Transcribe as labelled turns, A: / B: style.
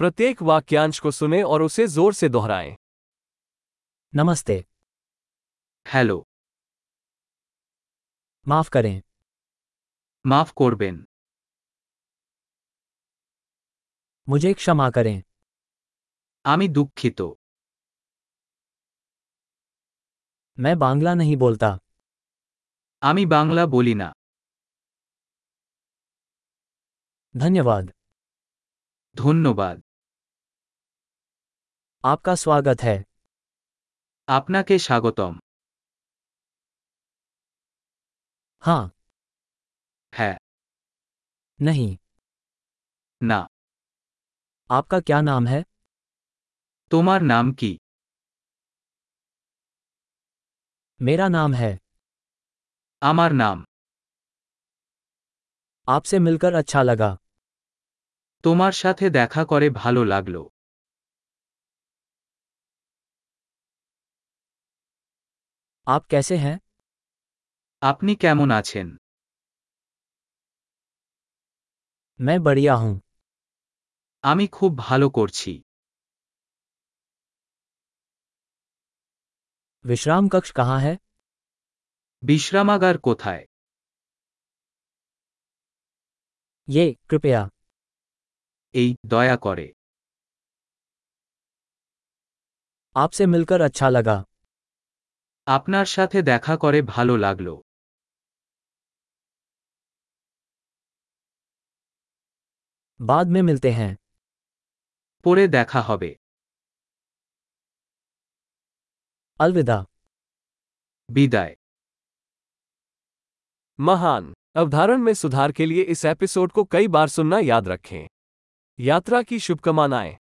A: प्रत्येक वाक्यांश को सुने और उसे जोर से दोहराएं
B: नमस्ते
C: হ্যালো
B: माफ करें
C: মাফ করবেন
B: मुझे क्षमा करें
C: আমি দুঃখিত
B: मैं बांग्ला नहीं बोलता
C: আমি বাংলা বলি না
B: धन्यवाद
C: ধন্যবাদ
B: आपका स्वागत है
C: আপনাকে স্বাগতম
B: हाँ
C: হ্যাঁ
B: नहीं
C: না
B: आपका क्या नाम है
C: তোমার নাম কি
B: मेरा नाम है
C: আমার নাম
B: आपसे मिलकर अच्छा लगा
C: তোমার সাথে দেখা করে ভালো লাগলো
B: आप कैसे हैं
C: আপনি কেমন আছেন
B: मैं बढ़िया हूँ
C: আমি খুব ভালো করছি
B: विश्राम कक्ष कहाँ है
C: বিশ্রামাগার কোথায়
B: ये कृपया
C: এই দয়া করে
B: आपसे मिलकर अच्छा लगा
C: আপনার সাথে দেখা করে ভালো লাগলো
B: बाद में मिलते हैं
C: পরে দেখা হবে
B: अलविदा
C: বিদায়
A: महान अवधारण में सुधार के लिए इस एपिसोड को कई बार सुनना याद रखें यात्रा की शुभकामनाएं